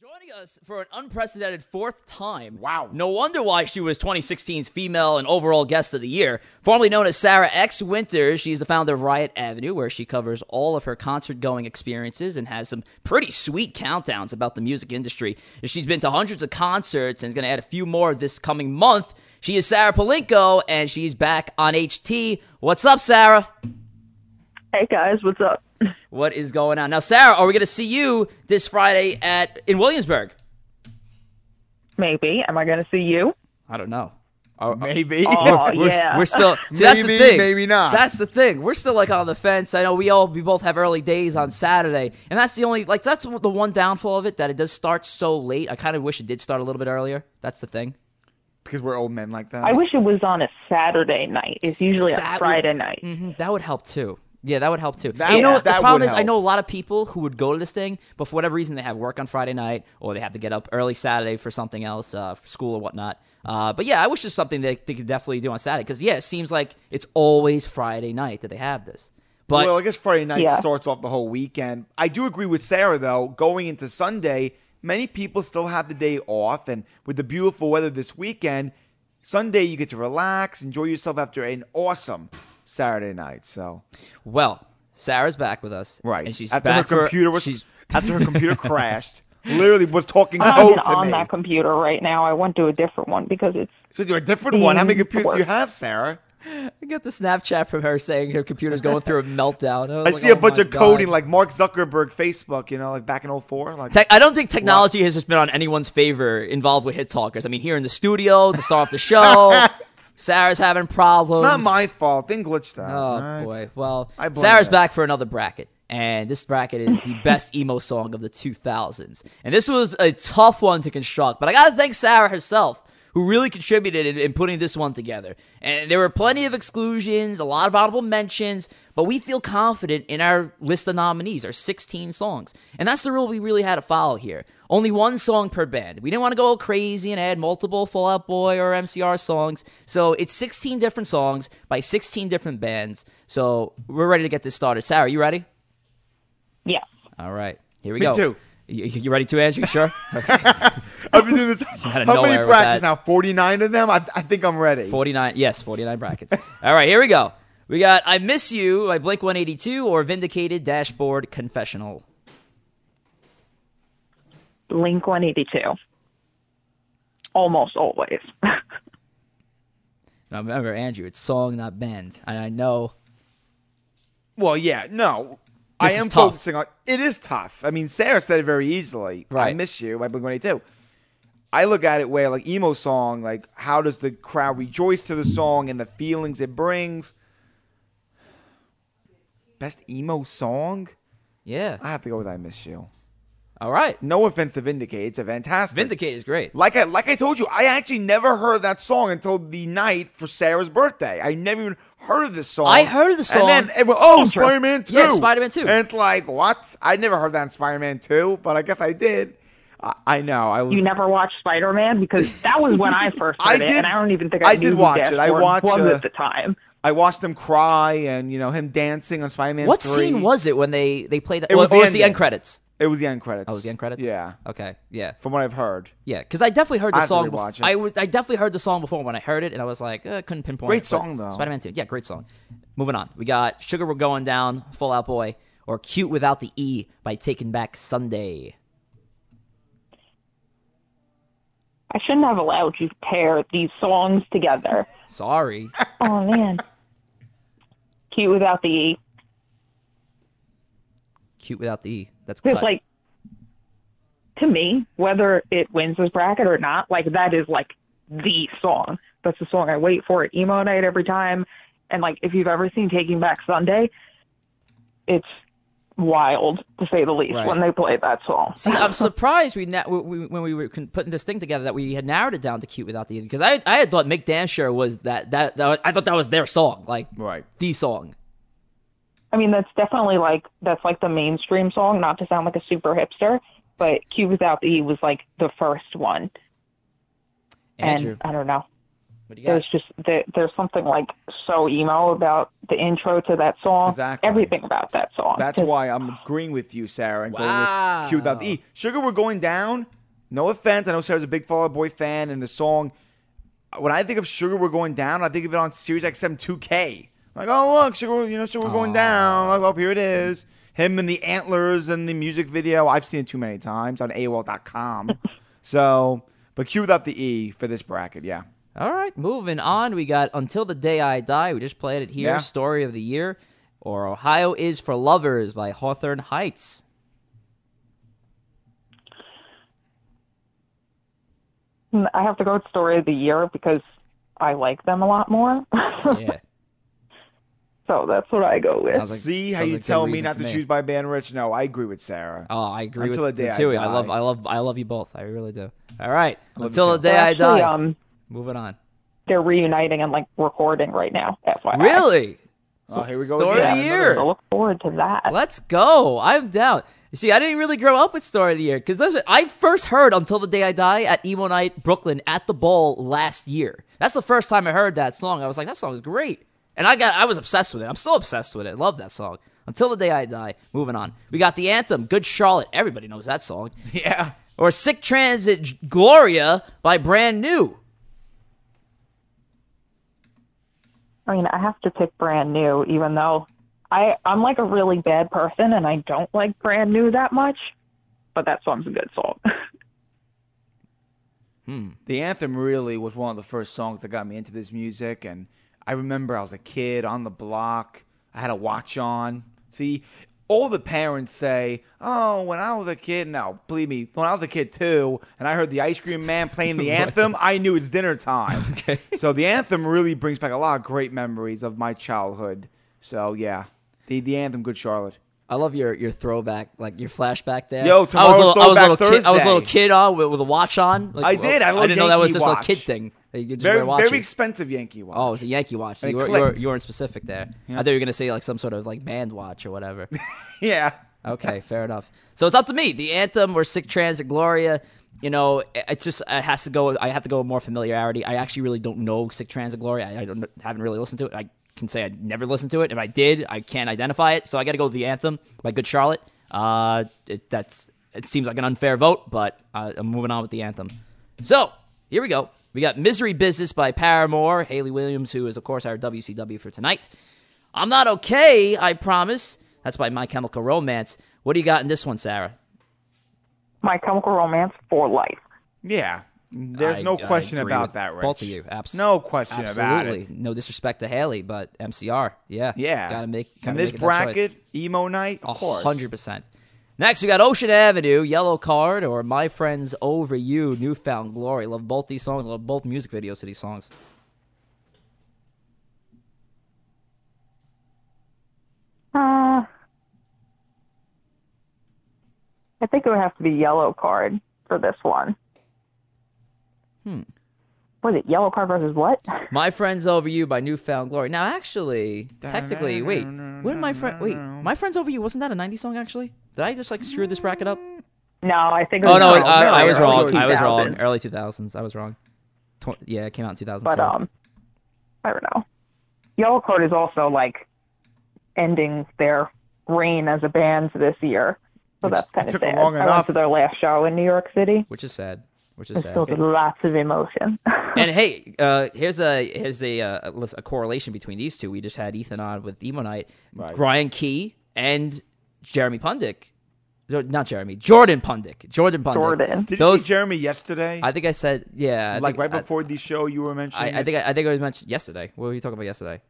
Joining us for an unprecedented fourth time. Wow. No wonder why she was 2016's Female and Overall Guest of the Year. Formerly known as Sarah X. Winters, she's the founder of Riot Avenue, where she covers all of her concert going experiences and has some pretty sweet countdowns about the music industry. She's been to hundreds of concerts and is going to add a few more this coming month. She is Sarah Palinko, and she's back on HT. What's up, Sarah? Hey guys, what's up? What is going on? Now, Sarah, are we going to see you this Friday at in Williamsburg? Maybe. Am I going to see you? I don't know. Are- Maybe. Oh, we're, yeah. we're still see, that's the Maybe, thing. maybe not. That's the thing. We're still like on the fence. I know we all we both have early days on Saturday, and that's the only like that's the one downfall of it that it does start so late. I kind of wish it did start a little bit earlier. That's the thing. because we're old men like that. I wish it was on a Saturday night. It's usually a That would- Friday night. Mm-hmm. Mhm, That would help too. Yeah, that would help too. That- And you know yeah, what the that problem would is? I help. know a lot of people who would go to this thing, but for whatever reason, they have work on Friday night or they have to get up early Saturday for something else, uh, for school or whatnot. Uh, but yeah, I wish there's something that they could definitely do on Saturday because yeah, it seems like it's always Friday night that they have this. But well, I guess Friday night Yeah. starts off the whole weekend. I do agree with Sarah though. Going into Sunday, many people still have the day off, and with the beautiful weather this weekend, Sunday you get to relax, enjoy yourself after an awesome Saturday night. So well, Sarah's back with us, right, And she's after back her for- computer was she's after her computer crashed. Literally was talking I'm not code even Oh, to on me. that computer right now. I went to a different one because it's. so do a different one. How many Mm, computers do you work. have, Sarah? I got the Snapchat from her saying her computer's going through a meltdown. I see a bunch of coding like Mark Zuckerberg Facebook, you know, like back in 04. Like Tech, I don't think technology has just been on anyone's favor involved with Hit Talkers. I mean, here in the studio to start off the show, Sarah's having problems. It's not my fault. Thing glitched out. Oh right? boy! Well, I blame Sarah's us. back for another bracket, and this bracket is the best emo song of the 2000s. And this was a tough one to construct, but I gotta thank Sarah herself. Who really contributed in, in putting this one together? And there were plenty of exclusions, a lot of honorable mentions, but we feel confident in our list of nominees, our 16 songs. And that's the rule we really had to follow here. Only one song per band. We didn't want to go crazy and add multiple Fallout Boy or MCR songs. So it's 16 different songs by 16 different bands. So we're ready to get this started. Sarah, you ready? Yeah. All right. Here we Me go. too. You, you ready too, Andrew? You Sure. I've been doing this. outta How nowhere many with brackets that. now? 49 of them? I, I think I'm ready. 49. Yes, 49 brackets. All right. Here we go. We got I Miss You by Blink 182 or Vindicated Dashboard Confessional. Link 182. Almost always. Now remember, Andrew, it's song, not band. And I know Well, yeah, no. I This am is tough. focusing on it is tough. I mean, Sarah said it very easily. I Right. miss you by Blink 182. I look at it where like emo song, like how does the crowd rejoice to the song and the feelings it brings? Best emo song? Yeah. I have to go with I miss you. All right. No offense to Vindicate, it's a fantastic Vindicate is great. Like I like I told you, I actually never heard that song until the night for Sarah's birthday. I never even heard of this song. I heard of the song. And then everyone, oh, Spider Man Two. Yeah, Spider-Man 2. And it's like, what? I never heard that in Spider Man Two, but I guess I did. I, I know. I was. you never watched Spider Man because that was when I first I heard it, did- and I don't even think I, I knew did who watch Dashboard it. I watched, was uh, at the time. I watched him cry, and you know him dancing on Spider Man. What 3. scene was it when they they played that? It or, was the or was the ending. end credits? It was the end credits. Oh, it was the end credits. Yeah, Okay. Yeah. from what I've heard. Yeah. Because I definitely heard the I have to song. rewatch Before. it. I was. I definitely heard the song before when I heard it, and I was like, uh, couldn't pinpoint. Great it, but song, though. Spider-Man Two. Yeah, great song. Moving on. We got Sugar We're Going Down, Fall Out Boy, or Cute Without the E by Taking Back Sunday. I shouldn't have allowed you to pair these songs together. Sorry. oh man. Cute without the E. Cute Without the E. That's Because cut. like to me, whether it wins this bracket or not, like that is like the song. That's the song I wait for at emo night every time. And like if you've ever seen Taking Back Sunday, it's wild to say the least Right. when they play that song. See, I'm surprised we, na- we, we when we were con- putting this thing together that we had narrowed it down to "Cute Without the" because I I had thought Mick Damn Sure was that, that that was- I thought that was their song, like Right. the song. I mean, that's definitely like that's like the mainstream song. Not to sound like a super hipster, but Cute Without the E was like the first one. Andrew, And I don't know. What do you got? There's just there, there's something like so emo about the intro to that song. Exactly. Everything about that song. That's Just- why I'm agreeing with you, Sarah, and going with Q without the E. Sugar, we're going down. No offense. I know Sarah's a big Fall Out Boy fan, and the song. When I think of Sugar, we're going down. I think of it on Sirius XM 2K. Like, oh look, Sugar, you know, Sugar, we're going down. Like, oh, here it is. Him and the antlers and the music video. I've seen it too many times on AOL.com. so, but Q without the E for this bracket, yeah. All right, moving on. We got Until the Day I Die. We just played it here. Yeah. Story of the Year. Or Ohio is for Lovers by Hawthorne Heights. I have to go with story of the year because I like them a lot more. Yeah. so that's what I go with. Sounds like- See how sounds you like a good tell me reason not for to me. choose by band rich? No, I agree with Sarah. Oh, I agree Until with the the Day I two. I, love, Die. I love, I love you both. I really do. All right, love until the you too. day They're I actually, die. Um, Moving on. they're reuniting and like recording right now. FYI. Really? oh, here we go. Story again. of the Another- year. So look forward to that. Let's go. I'm down. You see, I didn't really grow up with Story of the Year because I first heard Until the Day I Die at Emo Night Brooklyn at the Ball last year. That's the first time I heard that song. I was like, that song is great. And I got I was obsessed with it. I'm still obsessed with it. I love that song. Until the Day I Die. Moving on. We got the anthem, Good Charlotte. Everybody knows that song. Yeah. Or Sick Transit J- Gloria by Brand New. I mean, I have to pick brand new, even though I I'm like a really bad person and I don't like brand new that much. But that song's a good song. the anthem really was one of the first songs that got me into this music and i remember i was a kid on the block i had a watch on see all the parents say oh when i was a kid no believe me when i was a kid too and i heard the ice cream man playing the anthem i knew it's dinner time so the anthem really brings back a lot of great memories of my childhood so yeah the, the anthem good charlotte I love your your throwback, like your flashback there. Yo, I was tomorrow's a little, I was a Throwback little kid. I was a little Thursday. kid on with, with a watch on. Like, I did. I didn't love know that was Yankee just a watch. kid thing. That you could just very, wear watches. very expensive yankee watch oh, it's a Yankee watch. So And you, it were, you, were, clicked. you weren't specific there. I thought you were gonna say like some sort of like band watch or whatever. yeah Okay, fair enough. So it's up to me. The anthem or sick transit Gloria. You know, it- it's just it has to go. I have to go with more familiarity. I actually really don't know sick transit Gloria. I, I don't haven't really listened to it. I can say I never listened to it. If I did, I can't identify it. So I got to go with the anthem by Good Charlotte. Uh, it, that's it seems like an unfair vote, but uh, I'm moving on with the anthem. So here we go. We got Misery Business by Paramore, Haley Williams, who is of course our WCW for tonight. I'm not okay, I promise. That's by My Chemical Romance. What do you got in this one, Sarah? My Chemical Romance for life. yeah there's I- no I question agree about with that Rich. Both of you, absolutely. No question about absolutely. it. No disrespect to Haley, but MCR, yeah, Yeah. Gotta make gotta in this make it that choice. bracket, emo night, of course. hundred percent. Next, we got Ocean Avenue, Yellow Card, or My Friends Over You, Newfound Glory. Love both these songs. Love both music videos to these songs. Uh, I think it would have to be yellow card for this one. Hmm. Was it yellow card versus what? My Friends Over You by Newfound Glory. Now, actually, technically, wait, when my friend, wait, My Friends Over You wasn't that a '90s song? Actually, did I just like screw this bracket up? Mm, No, I think. It was Oh no, early- I, I early was wrong. I was 2000s. wrong. Early 2000s. I was wrong. Tw- yeah, it came out in 2000. But um, I don't know. Yellow Card is also like ending their reign as a band this year, so that's kind took of them sad. long I went enough. to their last show in New York City. which is sad. Which is It's sad. filled with lots of emotion. And hey, uh, here's a here's a, uh, a lis- a correlation between these two. We just had Ethan on with Emo Night, Right. Ryan Key, and Jeremy Pundick. No, Not Jeremy, Jordan Pundick. Jordan Pundick. Jordan. Did you Those- see Jeremy yesterday? I think I said yeah. I like think- right I- before the show, you were mentioning. I, I it? think I, I think I was mentioned yesterday. What were you talking about yesterday?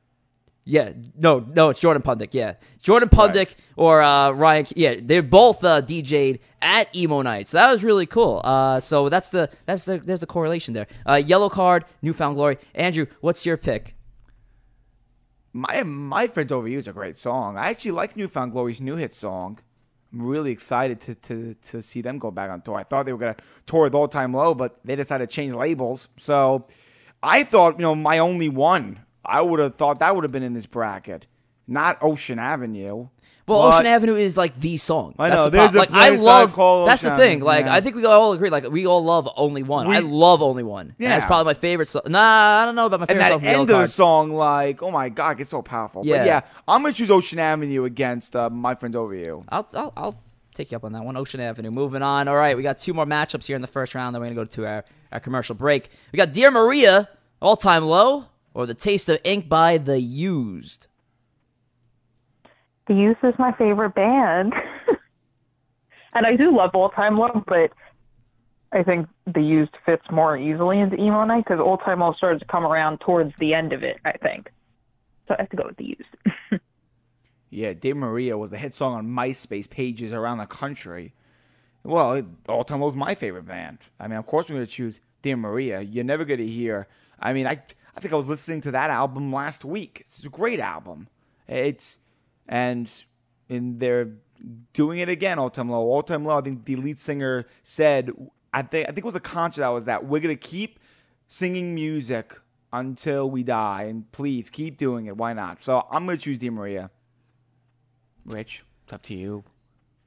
Yeah, no, no, it's Jordan Pundick. Yeah, Jordan Pundick or uh, Ryan. Yeah, they're both uh, DJ'd at Emo Night, so that was really cool. Uh, so that's the that's the there's the correlation there. Uh, Yellow Card, Newfound Glory. Andrew, what's your pick? my my friends over you is a great song. I actually like Newfound Glory's new hit song. I'm really excited to to to see them go back on tour. I thought they were gonna tour with All Time Low, but they decided to change labels. So I thought you know my only one. I would have thought that would have been in this bracket, not Ocean Avenue. Well, What? Ocean Avenue is like the song. I That's know, The there's problem. a like I place that I love. call that's the Ocean thing. Avenue, Like yeah. I think we all agree. Like we all love Only One. We- I love Only One. Yeah, that's Yeah. probably my favorite song. Nah, I don't know about my And favorite that song. from end of Yellow the Card. song, like, oh my god, it's so powerful. Yeah. But yeah, I'm gonna choose Ocean Avenue against uh, my friends over you. I'll, I'll I'll take you up on that one. Ocean Avenue. Moving on. All right, we got two more matchups here in the first round. Then we're gonna go to our, our commercial break. We got Dear Maria, all time low, or the Taste of Ink by the Used. The Used is my favorite band. and I do love Old Time Low, but I think The Used fits more easily into Emo Night because Old Time Low started to come around towards the end of it, I think. So I have to go with The Used. Yeah, Dave Maria was a hit song on MySpace pages around the country. Well, it- all time was my favorite band. I mean, of course we're gonna choose Dave Maria. You're never gonna hear. I mean, I I think I was listening to that album last week. It's a great album. It's and and they're doing it again. All time low, all time low. I think the lead singer said. I think I think it was a concert I was at. We're gonna keep singing music until we die, and please keep doing it. Why not? So I'm gonna choose Dee Maria. Rich, it's up to you.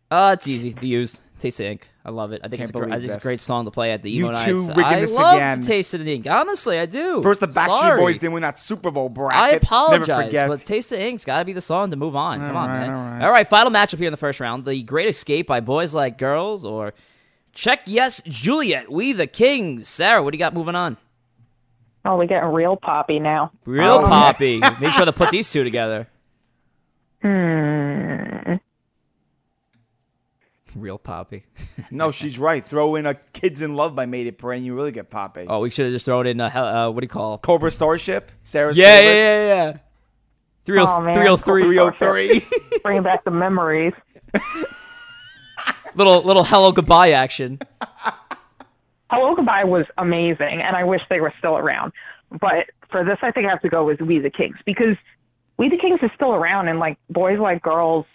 Uh, it's easy. The used Taste of Ink. I love it. I think it's Can't a, gr- I believe think it's a this. great song to play at the You emo two nights. rigging I this love again. the Taste of the Ink. Honestly, I do. First, the Backstreet Sorry. Boys didn't win that Super Bowl bracket. I Never apologize, forget. but Taste of Ink's got to be the song to move on. Come on, right, man. all right. all right, final matchup here in the first round: The Great Escape by Boys Like Girls, or Check Yes Juliet. We the Kings. Sarah, what do you got moving on? oh, we're getting real poppy now. Real Oh. poppy. Make sure to put these two together. Hmm. Real poppy. no, she's right. Throw in a "Kids in Love" by Made It Pray, and you really get poppy. Oh, we should have just thrown in a hell- uh, what do you call? Cobra Starship, Sarah's Yeah, yeah, favorite. yeah, yeah. oh, Aw, 30- man. 303. 303. Bringing back the memories. little little hello goodbye action. Hello Goodbye was amazing, and I wish they were still around. But for this, I think I have to go with We the Kings because We the Kings is still around, and like Boys Like Girls,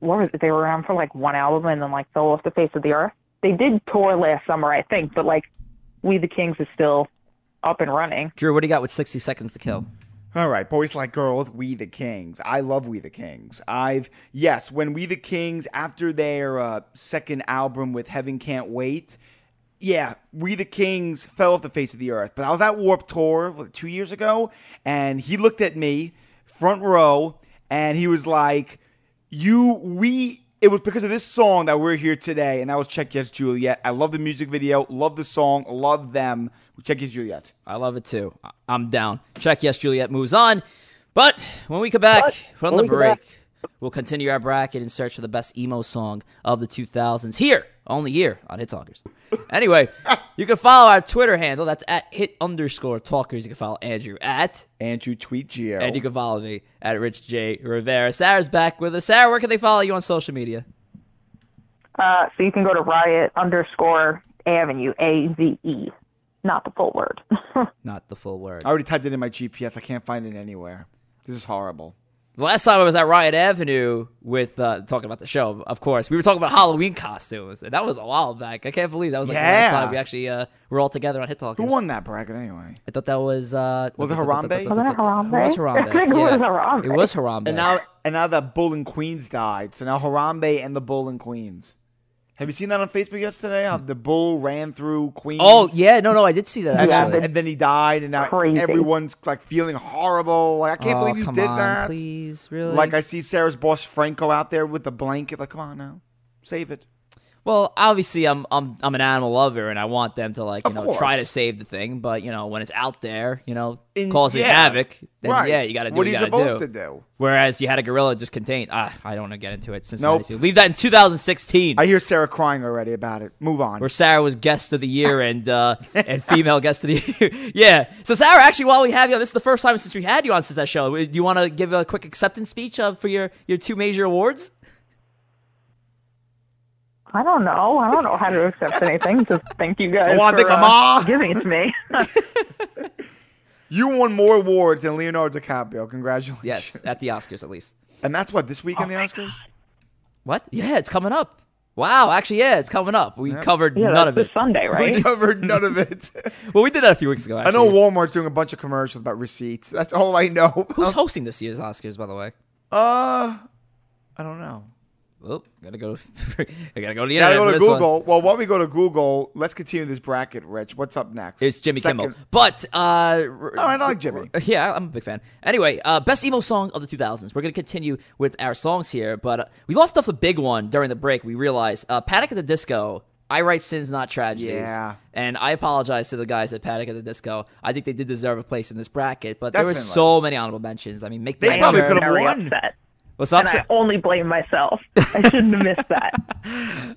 what was it? They were around for like one album and then like fell off the face of the earth. They did tour last summer, I think, but like We the Kings is still up and running. Drew, what do you got with 60 seconds to kill? All right, boys like girls, we the kings. I love we the kings. I've yes, when we the kings after their uh, second album with Heaven Can't Wait, yeah, we the kings fell off the face of the earth. But I was at Warp Tour what, two years ago, and he looked at me front row, and he was like, "You, we." It was because of this song that we're here today, and that was Check Yes Juliet. I love the music video, love the song, love them. Check Yes Juliet. I love it too. I- I'm down. Check yes, Juliet moves on. But when we come back from the we come break, we'll continue our bracket in search for the best emo song of the 2000s here, only here on Hit Talkers. anyway, you can follow our Twitter handle. That's at hit underscore talkers. You can follow Andrew at, Andrew Tweet Geo. and you can follow me at Rich J Rivera. Sarah's back with us. Sarah, where can they follow you on social media? Uh, so you can go to Riot underscore Avenue A V E, not the full word. Not the full word. I already typed it in my GPS. I can't find it anywhere. This is horrible. The last time I was at Riot Avenue with uh, talking about the show, of course, we were talking about Halloween costumes, and that was a while back. I can't believe that was like the last Yeah. time we actually uh, were all together on Hit Talkers. Who won that bracket anyway? I thought that was uh, Was it Harambe? Wasn't it Harambe? It was Harambe. I think it yeah. was Harambe. It was Harambe. And now, and now that Bull and Queens died. So now Harambe and the Bull and Queens. Have you seen that on Facebook yesterday? How the Bull ran through Queens. oh yeah, no, no, I did see that And, then- actually. and then he died, and now Crazy. everyone's like feeling horrible. Like I can't Oh, believe you come did on, that. please, really. Like I see Sarah's boss Franco out there with the blanket. Like come on now, save it. Well, obviously, I'm I'm I'm an animal lover, and I want them to like you Of know course. try to save the thing, but you know when it's out there, you know In- causing yeah. havoc, then right? yeah, you got to do what you he's gotta supposed do. to do. Whereas you had a gorilla just contained. Ah, I don't want to get into it. Since Nope. leave that in 2016, I hear Sarah crying already about it. Move on. where Sarah was guest of the year and uh, and female guest of the year. yeah. So Sarah, actually, while we have you on, this is the first time since we had you on since that show. Do you want to give a quick acceptance speech uh, for your your two major awards? I don't know. I don't know how to accept anything. Just thank you guys I wanna for thank my uh, ma. giving it to me. You won more awards than Leonardo DiCaprio. Congratulations. Yes, at the Oscars at least. And that's what, this Oh week on the Oscars? What? Yeah, it's coming up. Wow, actually, yeah, it's coming up. We covered yeah, none that's of it. this Sunday, We right? covered none of it. Well, we did that a few weeks ago. I Actually. know Walmart's doing a bunch of commercials about receipts. That's all I know. Um, Who's hosting this year's Oscars, by the way? Uh, I don't know. Well, Oh, gotta go. I gotta go to the internet. Gotta go for to this one. Google. Well, while we go to Google, let's continue this bracket, Rich. What's up next? It's Jimmy Second- Kimmel. But uh All right, I like Jimmy. Yeah, I'm a big fan. Anyway, uh best emo song of the 2000s. We're going to continue with our songs here, but uh, we left off a big one during the break. We realized uh Panic at the Disco I write sins, not tragedies. Yeah. And I apologize to the guys at Panic at the Disco. I think they did deserve a place in this bracket, but there were Definitely. so many honorable mentions. I mean, make They the probably Night Shirt. could've very won. upset. What's And up? I only blame myself. I shouldn't have missed that.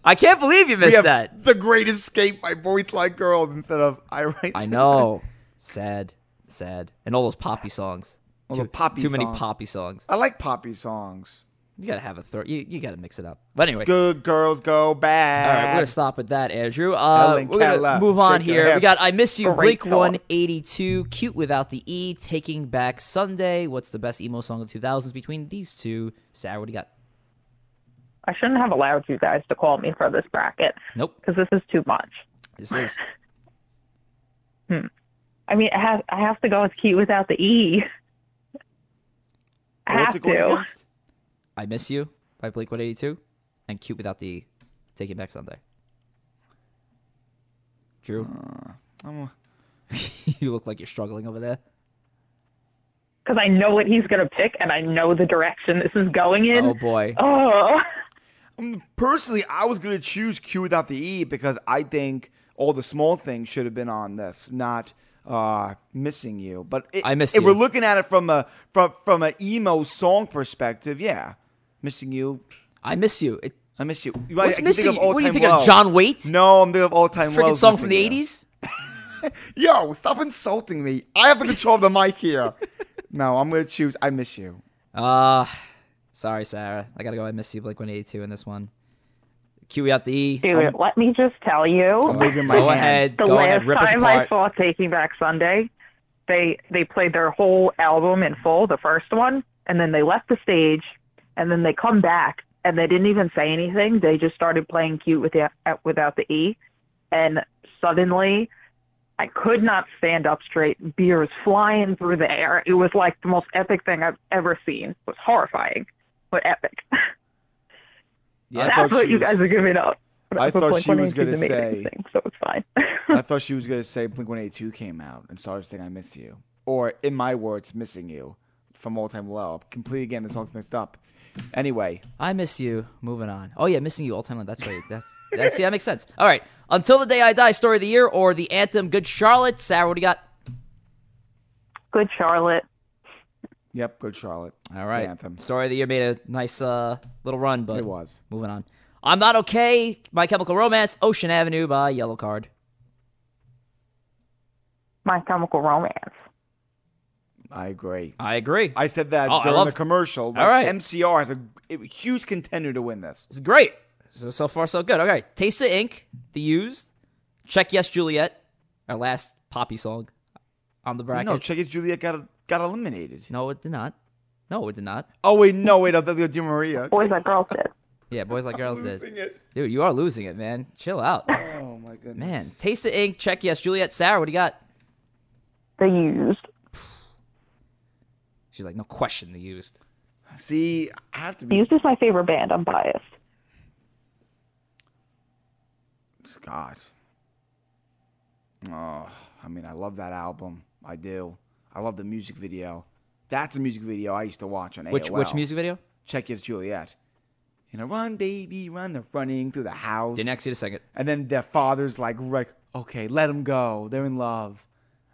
I can't believe you We missed have that. The Great Escape by Boys Like Girls instead of I Write. I Songs. know. Sad, sad, and all those poppy songs. All too the poppy too many songs. poppy songs. I like poppy songs. You gotta have a third. You, you gotta mix it up. But anyway, Good girls all go right, we're bad. gonna stop with that, Andrew. Uh, Ellen we're gonna Keller, move on shake your here. We hips. got "I Miss You," Great Blink song. One Eighty Two, "Cute Without the E," "Taking Back Sunday." What's the best emo song of the two thousands between these two? Sarah, what do you got? I shouldn't have allowed you guys to call me for this bracket Nope. because this is too much. This is I mean, I have, I have to go with cute without the E. I What's have it going to. against? "I Miss You" by Blink One Eighty Two, and "Cute Without the E," "Taking Back Sunday." Drew, Uh, I'm- you look like you're struggling over there. Because I know what he's going to pick and I know the direction this is going in. Oh boy. Oh, Um, Personally, I was gonna choose Q without the E because I think all the small things should have been on this, not uh, missing you. But it, I Miss if You. we're looking at it from a from from an emo song perspective, yeah, missing you, I miss you. It, I miss you. You- I- I what's can think missing? of All What do you Time think of Low. John Waite? No, I'm thinking of all time. freaking Low song from the missing you. eighties. Yo, stop insulting me. I have the control of the mic here. No, I'm gonna choose. I miss you. Uh sorry, Sarah. I gotta go. I miss you, Blink One Eighty Two, in this one. Cue out the E. dude, let me just tell you. I'm waving my Go hand. ahead, the go last ahead, rip us time I apart. saw Taking Back Sunday, they they played their whole album in full, the first one, and then they left the stage, and then they come back and they didn't even say anything. They just started playing cute with the, without the e, and suddenly. I could not stand up straight. Beer was flying through the air. It was like the most epic thing I've ever seen. It was horrifying, but epic. I Yeah, thought That's what she you was- guys are giving up. I thought she was gonna to say- So it's fine. I thought she was gonna say Blink One Eight Two came out and started saying "I miss you," or in my words, "missing you" from All Time Low. Completely again, the song's mixed up. Anyway, I miss you. Moving on. Oh yeah, missing you all time. long. That's right. That's that. See, that makes sense. All right. Until the day I die. Story of the year or the anthem. Good Charlotte. Sarah, what do you got? Good Charlotte. yep, good Charlotte. All right. Good anthem. Story of the year made a nice uh, little run, but It was. moving on. I'm not okay. My Chemical Romance. Ocean Avenue by Yellow Card. My Chemical Romance. I agree. I agree. I said that Oh, I during love- the commercial. All right. MCR is a, a huge contender to win this. It's great. So so far so good. Okay, Taste of Ink, The Used, Check Yes Juliet, our last Poppy song on the bracket. No, check is Juliet got got eliminated. No, it did not. No, it did not. Oh wait, no wait, I thought the Di Maria. Boys That Girls Did. Yeah, boys like girls Sing did. it. Dude, you are losing it, man. Chill out, Oh my goodness. man. Taste of Ink, Check Yes Juliet. Sarah, what do you got? They used. She's like, no question, The Used. See, I have to The be Used is my favorite band. I'm biased. God. Oh, I mean, I love that album. I do. I love the music video. That's a music video I used to watch on Which AOL. which music video? Check It's Juliet. And a run, baby, run. They're running through the house. Didn't execute a second. and then their father's like, like, okay, let them go. They're in love.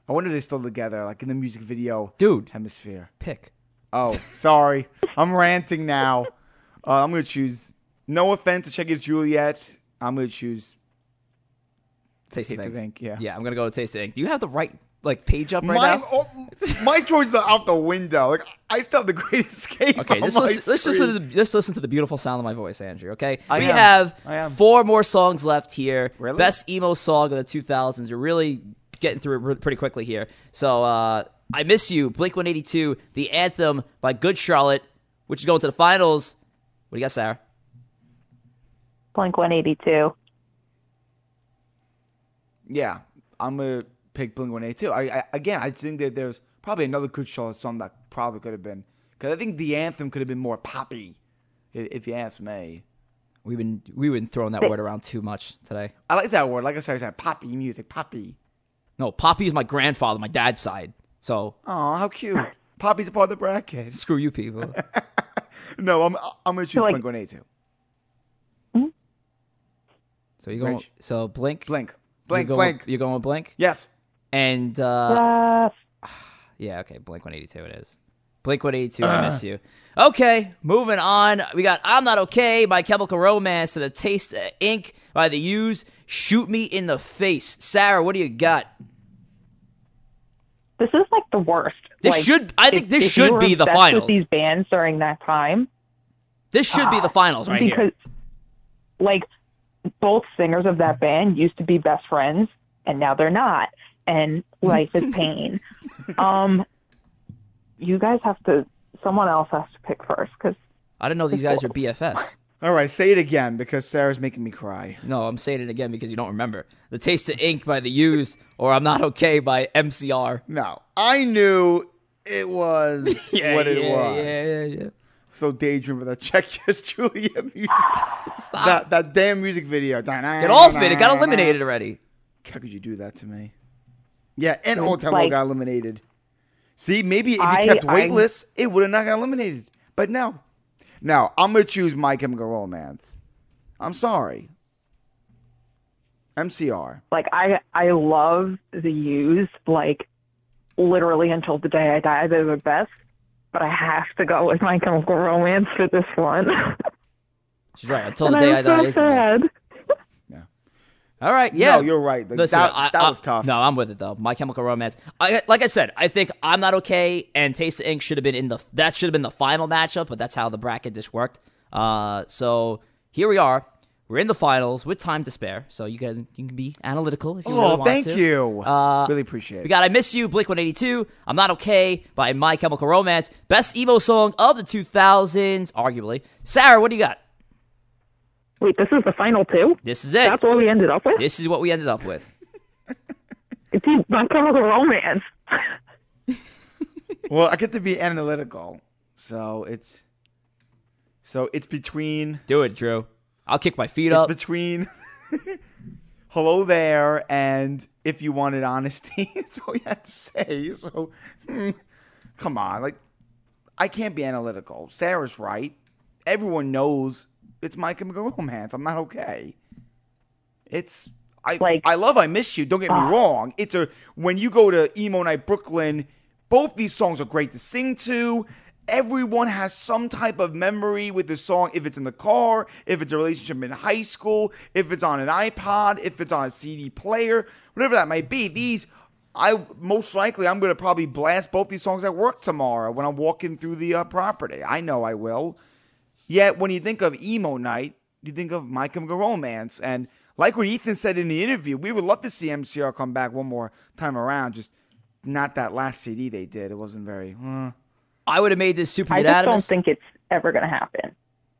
I wonder if they're still together, like in the music video. Dude. Hemisphere. Pick. Oh, sorry. I'm ranting now. Uh, I'm going to choose, no offense to Check It's Juliet. I'm going to choose Taste, Taste of Ink, yeah. Yeah, I'm gonna go with Taste of Ink. Do you have the right like page up right my, now? oh, my choices are out the window. Like I still have the Great Escape. Okay, on let's my listen, let's just screen. listen to the, let's listen to the beautiful sound of my voice, Andrew. Okay, I we am. I am. have four more songs left here. Really? Best emo song of the 2000s. We're really getting through it re- pretty quickly here. So, uh, I miss you, Blink 182, the anthem by Good Charlotte, which is going to the finals. What do you got, Sarah? Blink 182. Yeah, I'm gonna pick Blink One Eight Two. I, I again, I think that there's probably another good Charlotte song that probably could have been because I think the anthem could have been more poppy. i- if you ask me. We've been we've been throwing that word around too much today. I like that word. Like I said, I said poppy music, poppy. No, Poppy is my grandfather, my dad's side. So Oh, how cute. Poppy's a part of the bracket. screw you people. No, I'm I'm gonna choose like- Blink 182. So you going Rich. so blink Blink, blink, you're going, blink. You're going with blink? Yes. And uh Uh, Yeah, okay. Blink 182 it is. Blink 182, I miss you. Okay, moving on. We got I'm Not Okay by Chemical Romance to the Taste of Ink by The Use. Shoot Me in the Face. Sarah, what do you got? this is like the worst. This Like, should- I think if- this if you should were be the obsessed finals. With these bands during that time, This should be the finals right because here. like both singers of that band used to be best friends and now they're not and life is pain um you guys have to someone else has to pick first because I didn't know these guys were BFFs. All right, say it again because Sarah's making me cry. No, I'm saying it again because you don't remember. The Taste of Ink by The Use or I'm Not Okay by MCR. No, I knew it was what it yeah, was. Yeah, yeah, yeah. So daydream with that check yes Julia music. Stop. that that damn music video. Get off it. It got eliminated already. How could you do that to me? Yeah, and Old Town Road Like- got eliminated. See, maybe if you I- kept I- weightless, it would have not got eliminated. But no, no, I'm gonna choose My Chemical Romance. I'm sorry. MCR. like i i love the used like literally until the day i die they're the best but i have to go with my chemical romance for this one She's right. Until and the day I i'm die. so is the best. sad All right. Yeah. No, you're right. Like, Listen, that- I- that I- was tough. No, I'm with it though. My Chemical Romance. I like I said, I think I'm not okay, and Taste of Ink should have been in the that should have been the final matchup, but that's how the bracket just worked. Uh, so here we are. We're in the finals with time to spare, so you guys you can be analytical if you really Oh, want thank to. you. Uh, really appreciate it. We got I Miss You, Blink 182, I'm Not Okay by My Chemical Romance. Best emo song of the 2000s, arguably. Sarah, what do you got? wait this is the final two This is it. that's what we ended up with This is what we ended up with. dude my chemical romance well, I get to be analytical, so it's so it's between Do it, Drew. I'll kick my feet it's up. between hello there and if you wanted honesty. That's all you had to say. So, hmm, come on, like I can't be analytical. Sarah's right. Everyone knows it's my chemical romance. I'm not okay. It's I Like- I love I miss you. Don't get me wrong. It's a when you go to emo night Brooklyn, both these songs are great to sing to. Everyone has some type of memory with the song. If it's in the car, if it's a relationship in high school, if it's on an iPod, if it's on a CD player, whatever that might be. These I most likely I'm gonna probably blast both these songs at work tomorrow when I'm walking through the uh, property. I know I will. Yet when you think of emo night, you think of My Chemical Romance, and like what Ethan said in the interview, we would love to see MCR come back one more time around. Just not that last CD they did; it wasn't very. uh, I would have made this super I just don't unanimous. think it's ever going to happen.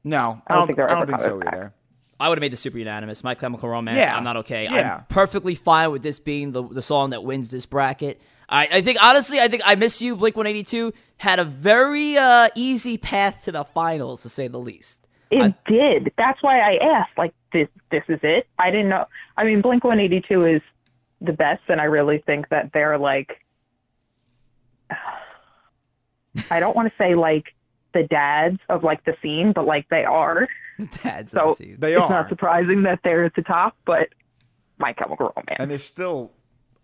no, I don't think they're I don't ever think so coming back. either. I would have made this super unanimous. My Chemical Romance. Yeah. I'm not okay. Yeah. I'm perfectly fine with this being the, the song that wins this bracket. I, I think honestly, I think I miss you. Blink 182 had a very uh, easy path to the finals, to say the least. It I- did. That's why I asked. Like this, this is it. I didn't know. I mean, Blink One Eighty Two is the best, and I really think that they're like. I don't want to say like the dads of like the scene, but like they are. That's So- scene. They it's are, not surprising that they're at the top, but My Chemical Romance. and they're still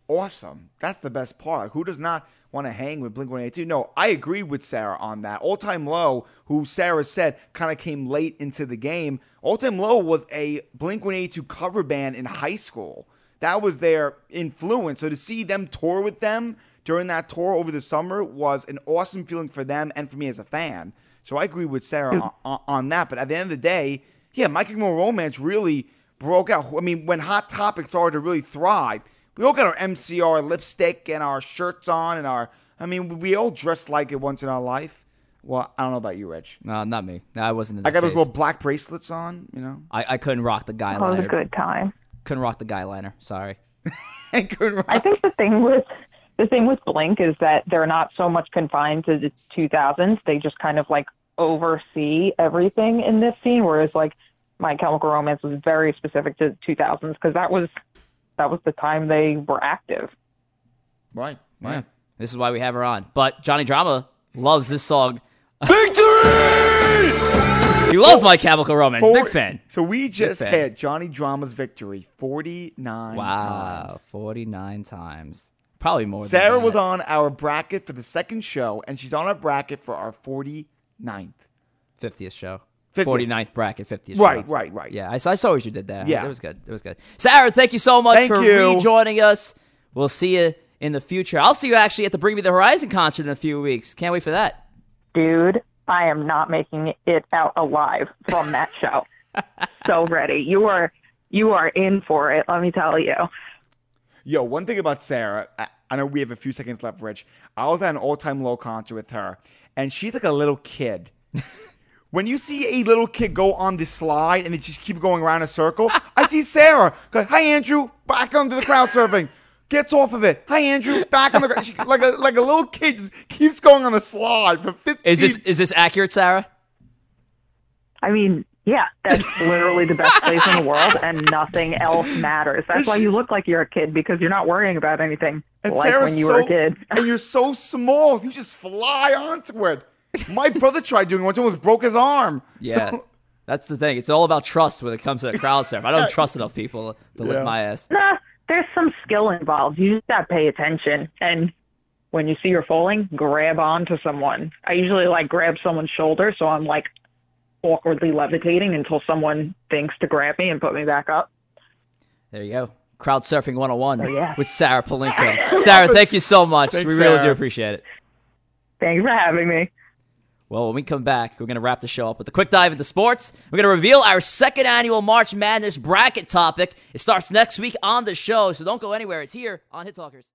awesome. That's the best part. Who does not want to hang with Blink 182? No, I agree with Sarah on that. All Time Low, who Sarah said kind of came late into the game, All Time Low was a Blink 182 cover band in high school. That was their influence. So to see them tour with them during that tour over the summer was an awesome feeling for them and for me as a fan. So I agree with Sarah on- on, on that. But at the end of the day, yeah, My Chemical Romance really broke out. I mean, when Hot Topic started to really thrive, we all got our MCR lipstick and our shirts on and our. I mean, we all dressed like it once in our life. Well, I don't know about you, Rich. No, not me. No, I wasn't. In the I got those phase. little black bracelets on, you know. I, I couldn't rock the guy Oh, it was liner. a good time. Couldn't rock the guy liner. Sorry. And couldn't I rock- think the thing with the thing with Blink is that they're not so much confined to the 2000s. They just kind of like oversee everything in this scene, whereas like My Chemical Romance was very specific to the 2000s because that was that was the time they were active. Right. Right. Yeah. This is why we have her on. But Johnny Drama loves this song. Victory! He loves My Chemical Romance. Big Four- fan. So we just fan. had Johnny Drama's victory 49 Wow, times. 49 times. Probably more. Sarah than was that. on our bracket for the second show, and she's on our bracket for our 49th. 50th show. 50th. 49th bracket, 50th show. Right, right, right. Yeah, I saw, I saw what you did there. Yeah. It was good. It was good. Sarah, thank you so much Thank for you. rejoining us. We'll see you in the future. I'll see you actually at the Bring Me the Horizon concert in a few weeks. Can't wait for that. Dude, I am not making it out alive from that show. so ready. You are you are in for it, let me tell you. Yo, one thing about Sarah, I, I know we have a few seconds left, Rich. I was at an all time low concert with her, and she's like a little kid. when you see a little kid go on the slide and they just keep going around a circle, I see Sarah. Go, Hi, Andrew. Back onto the crowd surfing. Gets off of it. Hi, Andrew. Back on the gr- she, like a like a little kid just keeps going on the slide for fifteen. Is this is this accurate, Sarah? I mean, yeah, that's literally the best place in the world and nothing else matters. That's why you look like you're a kid because you're not worrying about anything And like Sarah's when you so, were a kid. and you're so small, you just fly onto it. My brother tried doing it once, almost broke his arm. Yeah. So- That's the thing. It's all about trust when it comes to the crowd surf. I don't trust enough people to lift Yeah. my ass. Nah, there's some skill involved. You just gotta pay attention. And when you see you're falling, grab onto someone. I usually like grab someone's shoulder, so I'm like awkwardly levitating until someone thinks to grab me and put me back up. There you go. Crowd surfing 101 yeah. with Sarah Palenko. Sarah, thank you so much. Oh, Thanks, we really do Sarah. appreciate it. Thanks for having me. Well, when we come back, we're going to wrap the show up with a quick dive into sports. We're going to reveal our second annual March Madness bracket topic. It starts next week on the show, so don't go anywhere. It's here on Hit Talkers.